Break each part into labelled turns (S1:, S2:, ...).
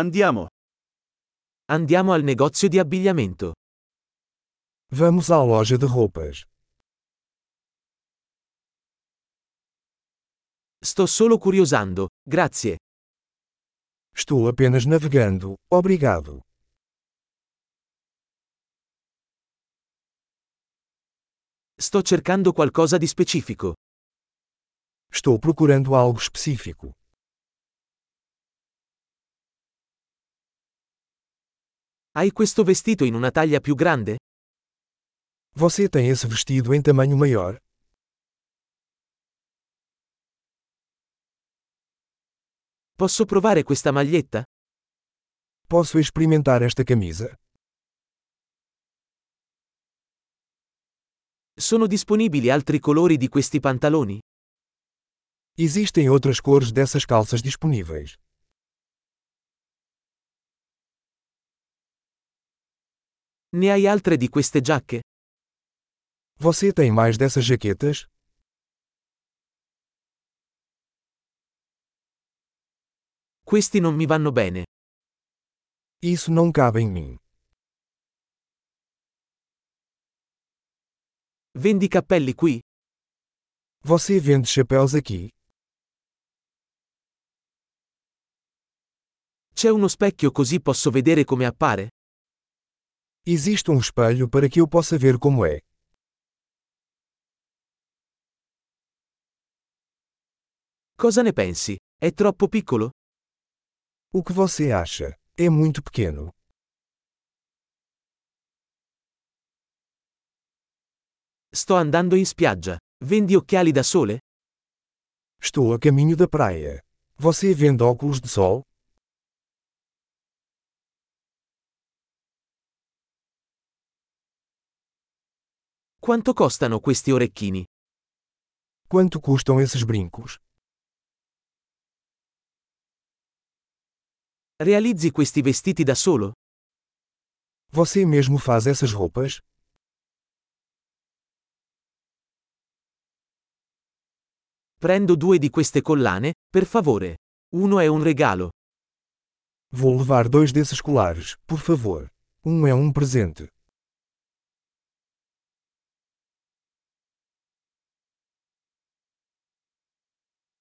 S1: Andiamo.
S2: Andiamo al negozio di abbigliamento.
S3: Vamos à loja de roupas.
S2: Sto solo curiosando, grazie.
S3: Estou apenas navegando, obrigado.
S2: Sto cercando qualcosa di specifico.
S3: Estou procurando algo específico.
S2: Hai questo vestito in una taglia più grande?
S3: Você tem esse vestido em tamanho maior?
S2: Posso provare questa maglietta?
S3: Posso experimentar esta camisa?
S2: Sono disponibili altri colori di questi pantaloni?
S3: Existem outras cores dessas calças disponíveis.
S2: Ne hai altre di queste giacche?
S3: Você tem mais dessas jaquetas?
S2: Questi non mi vanno bene.
S3: Isso não cabe em mim.
S2: Vendi cappelli qui?
S3: Você vende chapéus aqui?
S2: C'è uno specchio così posso vedere come appare?
S3: Existe um espelho para que eu possa ver como é.
S2: Cosa ne pensi? È troppo piccolo?
S3: O que você acha? É muito pequeno.
S2: Sto andando in spiaggia. Vendi occhiali da sole?
S3: Estou a caminho da praia. Você vende óculos de sol?
S2: Quanto costano questi orecchini?
S3: Quanto custam esses brincos?
S2: Realizzi questi vestiti da solo?
S3: Você mesmo faz essas roupas?
S2: Prendo due di queste collane, per favore. Uno è un regalo.
S3: Vou levar dois desses colares, por favor. Um é um presente.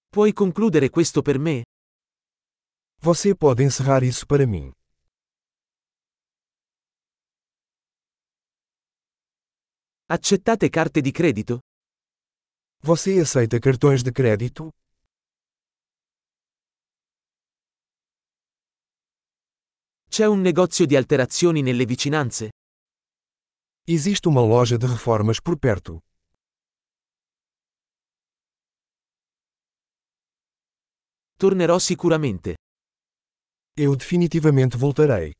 S2: Puoi concludere questo per me?
S3: Você pode encerrar isso para mim.
S2: Accettate carte di credito?
S3: Você aceita cartões de crédito?
S2: C'è un negozio di alterazioni nelle vicinanze?
S3: Existe uma loja de reformas por perto.
S2: Tornerò sicuramente.
S3: Eu definitivamente voltarei.